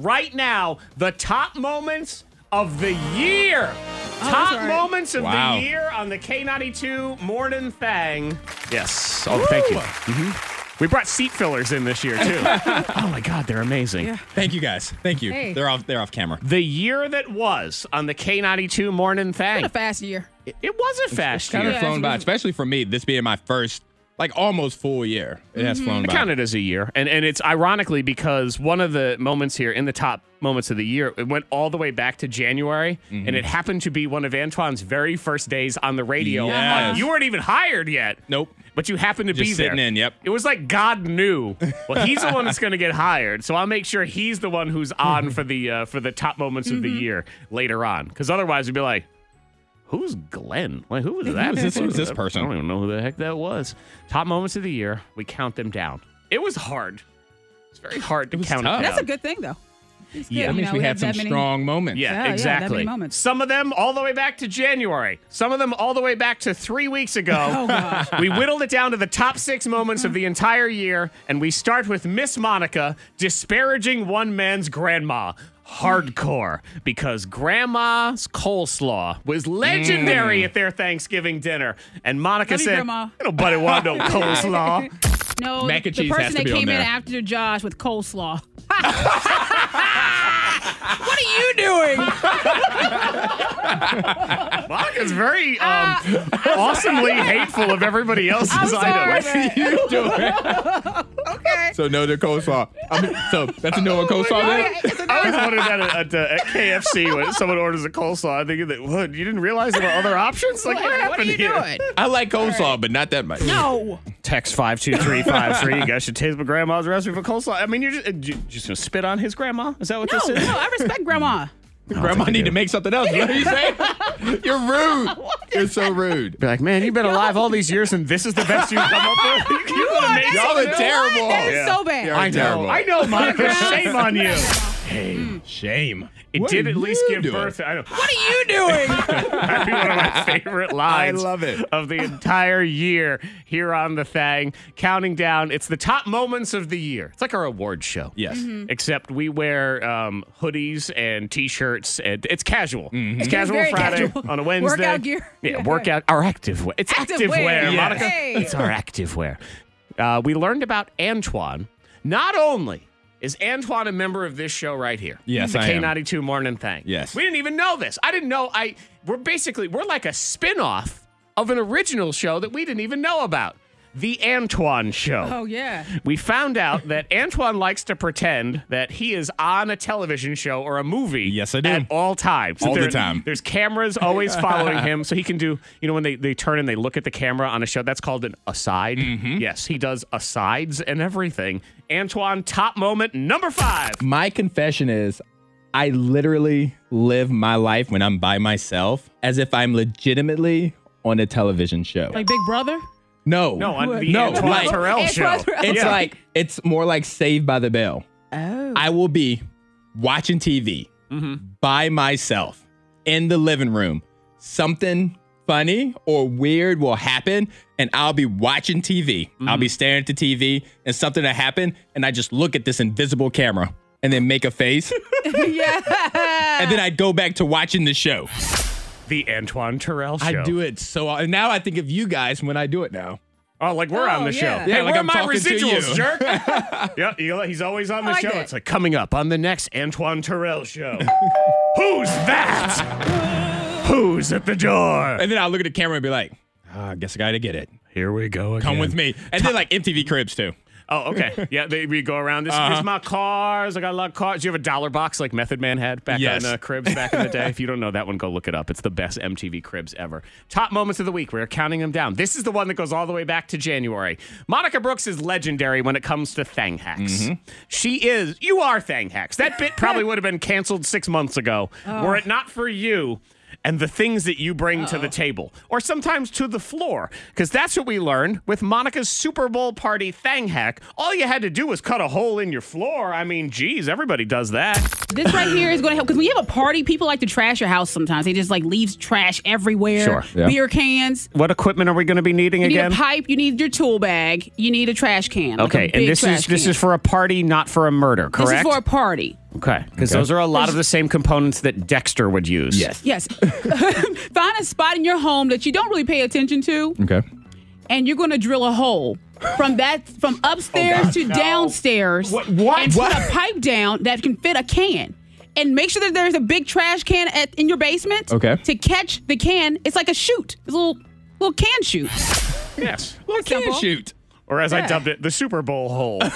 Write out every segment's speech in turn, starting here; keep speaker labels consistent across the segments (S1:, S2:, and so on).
S1: right now the top moments of the year. top
S2: Oh, all right.
S1: moments of
S3: Wow.
S1: the year on the K92 Morning Thing. Yes. Oh, thank you. Mhm. We brought seat fillers in this year, too. oh, my God, they're amazing.
S2: Yeah.
S3: Thank you guys. Thank you.
S2: Hey.
S3: They're off. They're off camera.
S1: The year that was on the K92 Morning Thing.
S2: a fast year.
S1: It, it was a fast
S3: Kind
S1: year.
S3: of
S2: Yeah,
S3: flown
S2: it's-
S3: by, especially for me. This being my first, like almost full year. It has
S2: Mm-hmm.
S3: flown
S1: I
S3: by.
S1: count it as a year, and and it's ironically because one of the moments here in the top moments of the year it went all the way back to January, and it happened to be one of Antoine's very first days on the radio.
S3: Yes.
S1: Like, you weren't even hired yet.
S3: Nope.
S1: But you happened to
S3: Just
S1: be
S3: sitting
S1: there.
S3: in, yep.
S1: It was like God knew. Well, he's the one that's going to get hired, so I'll make sure he's the one who's on for the uh, for the top moments of the
S2: Mm-hmm.
S1: year later on, because otherwise we'd be like. Who's Glenn? Like, who was that?
S3: Who's this- who's this person?
S1: I don't even know who the heck that was. Top moments of the year. We count them down. It was hard. It's very hard to
S3: was
S1: count
S3: tough.
S1: it
S3: Yeah.
S2: That's
S1: down.
S2: a good thing, though. It's
S3: Yeah,
S2: good, you
S3: that means
S2: know,
S3: we
S2: have
S3: had some
S2: that many-
S3: strong moments.
S2: Yeah,
S1: yeah,
S2: yeah, that
S1: exactly.
S2: many moments.
S1: Some of them all the way back to January. Some of them all the way back to three weeks ago.
S2: Oh, gosh.
S1: we whittled it down to the top six moments of the entire year, and we start with Miss Monica disparaging one man's grandma. Hardcore because grandma's coleslaw was legendary at their Thanksgiving dinner, and Monica
S2: Mm. Love you,
S1: said,
S2: Grandma.
S1: "Nobody want no coleslaw."
S2: No,
S3: Mac
S2: the,
S3: and
S2: the
S3: cheese has
S2: person
S3: to
S2: that
S3: be on
S2: came in
S3: there.
S2: after Josh with coleslaw. what are you doing?
S1: Monica's very
S2: Uh,
S1: um, awesomely hateful of everybody else's
S2: I'm sorry,
S1: items.
S2: man.
S3: you doing?
S2: Okay.
S3: So no to coleslaw. I mean, so that's a no to coleslaw. then?
S2: Okay, it's a
S1: I
S2: no-
S1: always wondered that at, at, uh, at KFC when someone orders a coleslaw. I think that what you didn't realize there were other options. Like what,
S2: what, are
S1: happened
S2: you
S1: here?
S2: doing?
S3: I like coleslaw, but not that much.
S2: No.
S1: Text five two three five three. You guys should taste my grandma's recipe for coleslaw. I mean, you're just, uh, you just gonna spit on his grandma. Is that what
S2: No,
S1: this
S2: no,
S1: is?
S2: I respect grandma.
S3: Grandma need to make something else. What are you saying? You're rude. You're so rude.
S1: Be like, man, you've been alive all these years, and this is the best you've come up with. You would have made
S3: Y'all are
S1: something else?
S3: terrible.
S2: That is
S1: Yeah.
S2: so bad.
S3: You're
S1: I know.
S3: terrible.
S1: I know, Monica. Shame on you.
S3: Shame.
S1: It
S3: What
S1: did
S3: are
S1: at least
S3: you
S1: give
S3: doing?
S1: birth. I know.
S2: What are you doing?
S1: That'd be one of my favorite lines.
S3: love it.
S1: Of the entire year here on the thing, counting down. It's the top moments of the year. It's like our award show. Mm-hmm.
S3: Yes.
S2: Mm-hmm.
S1: Except we wear um, hoodies and t-shirts, and it's casual.
S3: Mm-hmm.
S1: It's casual
S2: very
S1: Friday
S2: casual.
S1: on a Wednesday.
S2: Workout gear.
S1: Yeah,
S2: Yeah.
S1: workout. Our active wear. It's active,
S2: Active
S1: wear,
S2: wear.
S3: Yeah.
S1: Monica.
S2: Hey.
S1: It's our active wear. Uh, we learned about Antoine. Not only is Antoine a member of this show right here,
S3: Yes,
S1: the
S3: I am.
S1: K92 Morning Thing.
S3: Yes.
S1: we didn't even know this. I didn't know. I we're basically we're like a spin-off of an original show that we didn't even know about. The Antoine Show
S2: Oh yeah.
S1: we found out that Antoine likes to pretend that he is on a television show or a movie.
S3: Yes, I do.
S1: At all times.
S3: All the
S1: There-
S3: time.
S1: There's cameras always following him, so he can do. You know, when they they turn and they look at the camera on a show, that's called an aside.
S3: Mm-hmm.
S1: Yes, he does asides and everything. Antoine, top moment number five.
S3: My confession is I literally live my life when I'm by myself as if I'm legitimately on a television show.
S2: Like Big Brother.
S3: no.
S1: No, on the
S3: No,
S1: Antoine
S3: like-
S1: Terrell
S2: Antoine
S1: show.
S2: Terrell.
S3: It's
S1: Yeah.
S3: like it's more like Saved by the Bell.
S2: Oh.
S3: I will be watching TV
S1: Mm-hmm.
S3: by myself in the living room. Something funny or weird will happen, and I'll be watching TV. I'll
S1: Mm-hmm.
S3: be staring at the TV, and something will happen, and I just look at this invisible camera and then make a face,
S2: yeah.
S3: and then I go back to watching the show.
S1: the Antoine Terrell show.
S3: I do it so, and now I think of you guys when I do it now.
S1: Oh, like we're
S2: Oh,
S1: on the show.
S2: yeah.
S1: Hey,
S3: Yeah, like
S1: where
S3: I'm
S1: are my
S3: talking to
S1: residuals,
S3: you.
S1: jerk? yep, you know, he's always on the
S2: I like
S1: show.
S2: it.
S1: It's like coming up on the next Antoine Terrell show. Who's that? Who's at the door?
S3: And then I'll look at the camera and be like, "Ah, I guess I gotta get it.
S1: Here we go again.
S3: Come with me. And then like MTV Cribs too.
S1: Oh, okay. Yeah, they, we go around. This
S3: Uh-huh.
S1: is my cars. I got a lot of cars. Do you have a dollar box like Method Man had back
S3: Yes.
S1: on uh, Cribs back in the day? if you don't know that one, go look it up. It's the best MTV Cribs ever. Top moments of the week. We're counting them down. This is the one that goes all the way back to January. Monica Brooks is legendary when it comes to Thang hacks. She is. You are Thang hacks. That bit probably would have been canceled six months ago were it not for you and the things that you bring to the table or sometimes to the floor because that's what we learned with monica's super bowl party thang hack all you had to do was cut a hole in your floor i mean geez everybody does that
S2: This right here is going to help because when you have a party, people like to trash your house sometimes. They just like leaves trash everywhere.
S1: Sure,
S3: yeah.
S2: Beer cans.
S1: what equipment are we going to be needing
S2: You need
S1: again
S2: a pipe. You need your tool bag. You need a trash can. like a
S1: okay
S2: big
S1: and this
S2: trash
S1: is this
S2: can.
S1: is for a party not for a murder
S2: This
S1: correct
S2: is for a party.
S1: Okay. Because
S3: Okay.
S1: those are a lot of the same components that Dexter would use.
S2: Yes. Find a spot in your home that you don't really pay attention to,
S3: Okay.
S2: and you're going to drill a hole from that from upstairs to downstairs.
S1: Oh, What- what?
S2: And
S1: What?
S2: put a pipe down that can fit a can. And make sure that there's a big trash can at, in your basement.
S3: Okay.
S2: To catch the can, it's like a chute. It's a little little can shoot.
S1: Yes.
S3: Look, can
S2: Simple.
S3: shoot.
S1: Or as I dubbed it, the Super Bowl hole. That's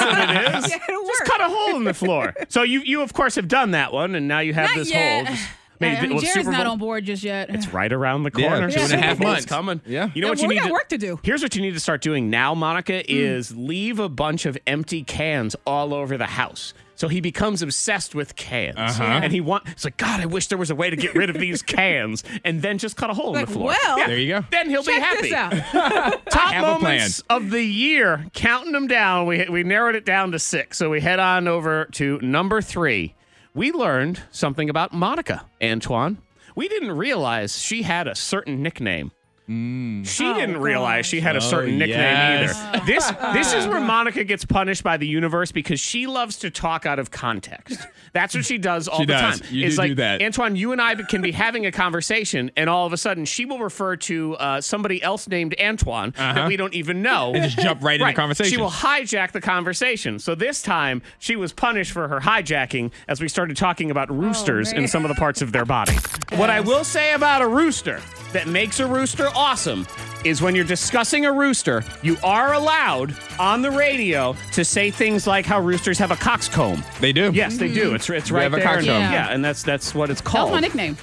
S1: what it is.
S2: Yeah, it'll
S1: Just
S2: work.
S1: cut a hole in the floor. So you, you of course, have done that one, and now you have
S2: Not
S1: this
S2: yet.
S1: hole. Just-
S2: I mean,
S1: well,
S2: Jared's
S1: Super
S2: not
S1: Bowl-
S2: on board just yet.
S1: It's right around the
S3: Yeah,
S1: corner.
S3: two and
S1: Super
S3: a half
S1: Bowl's
S3: months.
S1: coming.
S3: Yeah.
S1: You know
S2: Yeah,
S1: what
S2: well,
S1: you
S2: we
S1: need
S2: got work to do. Mm.
S1: Here's what you need to start doing now, Monica, is leave a bunch of empty cans all over the house. So he becomes obsessed with cans,
S3: Uh-huh.
S1: and he wants. It's like God, I wish there was a way to get rid of these cans, and then just cut a hole in
S2: Like,
S1: the floor.
S2: well,
S3: There you go.
S1: Then he'll be
S2: Check
S1: happy.
S2: this out.
S1: Top
S3: have a
S1: moments of the year, counting them down. We we narrowed it down to six, so we head on over to number three. We learned something about Monica Antoine. We didn't realize she had a certain nickname.
S3: Mm.
S1: She
S2: Oh,
S1: didn't realize she had a
S3: gosh.
S1: certain
S3: Oh,
S1: nickname
S3: yes.
S1: either. This this is where Monica gets punished by the universe because she loves to talk out of context. That's what she does all
S3: She
S1: the
S3: does.
S1: time.
S3: You
S1: it's
S3: do
S1: like
S3: do that.
S1: Antoine, you and I can be having a conversation, and all of a sudden she will refer to uh, somebody else named Antoine that we don't even know. And
S3: Uh-huh. just jump right into conversation.
S1: She will hijack the conversation. So this time she was punished for her hijacking as we started talking about roosters in
S2: man.
S1: some of the parts of their body. What I will say about a rooster that makes a rooster awesome is when you're discussing a rooster, you are allowed on the radio to say things like how roosters have a coxcomb.
S3: They do.
S1: Yes, they
S2: Mm-hmm.
S1: do. It's it's
S3: They
S1: right
S3: have a
S1: there. and-
S3: coxcomb.
S1: yeah.
S2: Yeah.
S1: and that's that's what it's
S2: That
S1: called.
S2: was my nickname.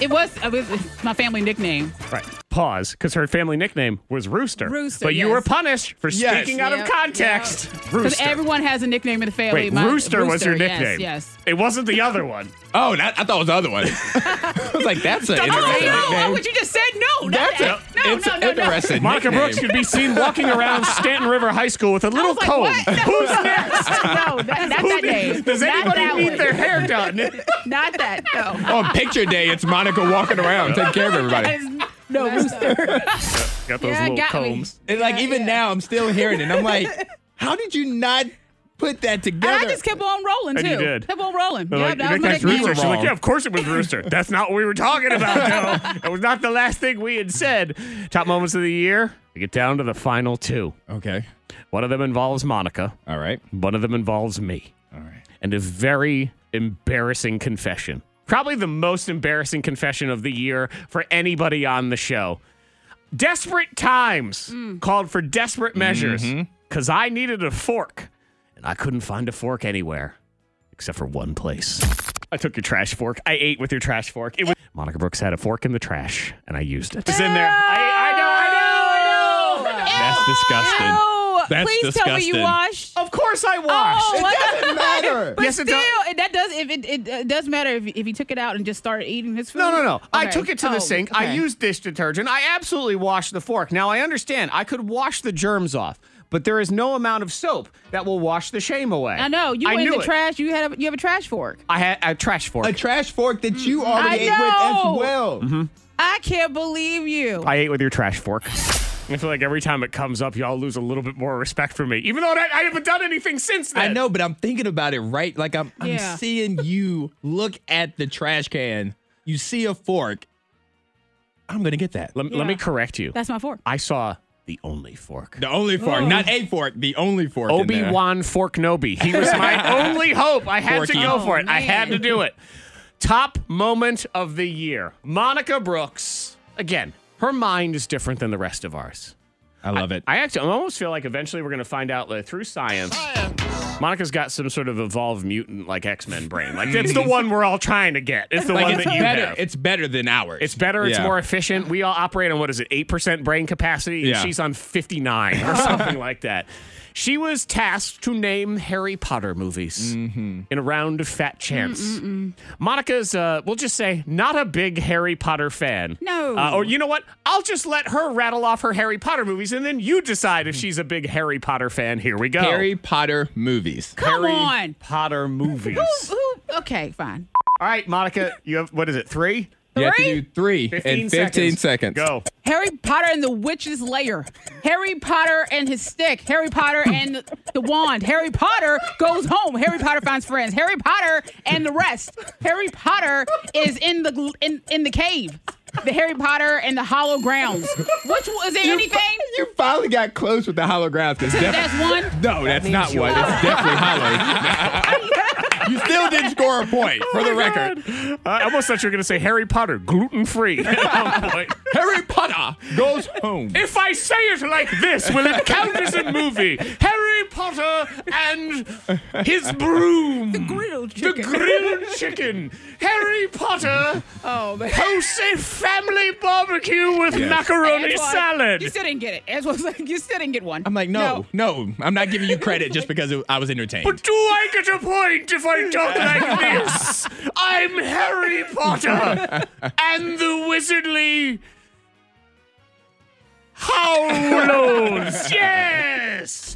S2: it was, it was it's my family nickname.
S1: Right. Pause, because her family nickname was Rooster.
S2: Rooster,
S1: But you
S2: yes.
S1: were punished for
S3: Yes.
S1: speaking out of
S2: Yep,
S1: context.
S2: Because
S1: Rooster.
S2: everyone has a nickname in the family.
S1: Wait,
S2: My-
S1: Rooster, was your
S2: yes,
S1: nickname.
S2: Yes.
S1: It wasn't the other one.
S3: Oh, that, I thought it was the other one. I was like, that's an
S2: Oh,
S3: interesting
S2: no.
S3: nickname.
S2: What you just said? No.
S3: That's
S2: not,
S3: a,
S2: that. no,
S3: it's
S2: no,
S3: an
S2: no, no.
S3: interesting
S1: Monica
S3: nickname.
S1: Brooks could be seen walking around Stanton River High School with a little
S2: like,
S1: comb.
S2: what? No.
S1: Who's next?
S2: no, that, not that name.
S1: Does
S2: not that
S1: anybody need
S2: one.
S1: their hair done?
S2: Not that. No.
S3: On picture day, it's Monica walking around, taking care of everybody.
S2: That's- No, Rooster.
S1: Got those
S2: Yeah,
S1: little
S2: got me.
S1: combs.
S3: And like even now, I'm still hearing it. I'm like, how did you not put that together?
S2: And I just kept on rolling,
S1: And
S2: too.
S1: you did.
S2: Kept on rolling.
S1: They're
S2: Yeah,
S1: like,
S2: that
S1: you
S2: was my
S1: think that's
S2: nickname.
S1: Rooster?
S3: We were
S1: She's like,
S3: wrong.
S1: yeah, of course it was Rooster. That's not what we were talking about, though. It was not the last thing we had said. Top moments of the year. We get down to the final two.
S3: okay.
S1: One of them involves Monica.
S3: All right.
S1: One of them involves me.
S3: All right.
S1: And a very embarrassing confession. Probably the most embarrassing confession of the year for anybody on the show. Desperate times called for desperate measures because I needed a fork and I couldn't find a fork anywhere except for one place. I took your trash fork. I ate with your trash fork. It was Monica Brooks had a fork in the trash and I used it. It's in there. I, I know, I know, I know.
S3: That's disgusting.
S2: Ew.
S3: That's
S2: Please tell me you
S3: disgusting.
S2: washed.
S1: Of course I washed.
S2: Oh, what the-
S3: matter.
S2: But
S1: Yes, it
S2: still,
S1: does.
S2: it- that does if it, it, it does matter if, if he took it out and just started eating his food.
S1: No, no, no. I
S2: Okay.
S1: took it to
S2: Oh,
S1: the sink. I
S2: okay.
S1: used dish detergent. I absolutely washed the fork. Now, I understand I could wash the germs off, but there is no amount of soap that will wash the shame away.
S2: I know you
S1: I
S2: went in
S1: knew
S2: the
S1: it.
S2: trash. You had a, you have a trash fork.
S1: I had a trash fork.
S3: A trash fork that you already ate with
S2: Mm-hmm. know.
S3: as well.
S1: Mm-hmm.
S2: I can't believe you.
S1: I ate with your trash fork. I feel like every time it comes up, y'all lose a little bit more respect for me, even though I, I haven't done anything since then.
S3: I know, but I'm thinking about it right. Like I'm, I'm
S2: Yeah.
S3: seeing you look at the trash can. You see a fork. I'm gonna get that.
S1: Let, let me correct you.
S2: That's my fork.
S1: I saw the only fork.
S3: The only fork, not a fork. The only fork. in
S1: Obi
S3: there.
S1: Wan Forknobi. He was my only hope. I had to
S3: Forky.
S1: go for
S2: Oh,
S1: it. I had to
S2: man.
S1: do it. Top moment of the year. Monica Brooks. Again, her mind is different than the rest of ours.
S3: I love it.
S1: I actually I almost feel like eventually we're going to find out like, through science. Monica's got some sort of evolved mutant like X Men brain. Like it's the one we're all trying to get. It's the
S3: Like,
S1: one
S3: it's
S1: that you
S3: better.
S1: have.
S3: It's better than ours.
S1: It's better. It's
S3: Yeah.
S1: more efficient. We all operate on what is it, eight percent brain capacity? and
S3: Yeah.
S1: She's on fifty nine or something like that. She was tasked to name Harry Potter movies
S3: Mm-hmm.
S1: in a round of fat chance. Monica's, uh, we'll just say, not a big Harry Potter fan.
S2: No.
S1: Uh, or you know what? I'll just let her rattle off her Harry Potter movies, and then you decide if she's a big Harry Potter fan. Here we go.
S3: Harry Potter movies.
S2: Come
S1: Harry
S2: on.
S1: Potter movies.
S2: Who? Okay, fine.
S1: All right, Monica, you have what is it? Three?
S3: You have
S2: Three?
S3: to do three
S1: 15
S3: in 15 seconds.
S1: Go.
S2: Harry Potter and the Witch's Lair. Harry Potter and his stick. Harry Potter and the wand. Harry Potter goes home. Harry Potter finds friends. Harry Potter and the rest. Harry Potter is in the gl- in, in the cave. The Harry Potter and the Hollow Grounds. Which was there anything?
S3: You finally got close with the holograph. That's
S2: That's
S3: definitely.
S2: one.
S3: No, that's not one. It's definitely hollow. you still didn't score a point,
S1: Oh
S3: for the record.
S1: Uh, I almost thought you were going to say Harry Potter, gluten free.
S3: Harry Potter goes home.
S1: if I say it like this, will it count as a movie? Harry Potter and his broom. The
S2: grilled
S1: The grilled chicken. Harry Potter
S2: Oh, man.
S1: hosts a family barbecue with macaroni
S2: Antoine,
S1: salad.
S2: You still didn't get it. Antoine's like, you still didn't get one.
S3: I'm like, no, no, I'm not giving you credit just because it, I was entertained.
S1: But do I get a point if I talk like this? I'm Harry Potter and the Wizardly Howlows. Yes.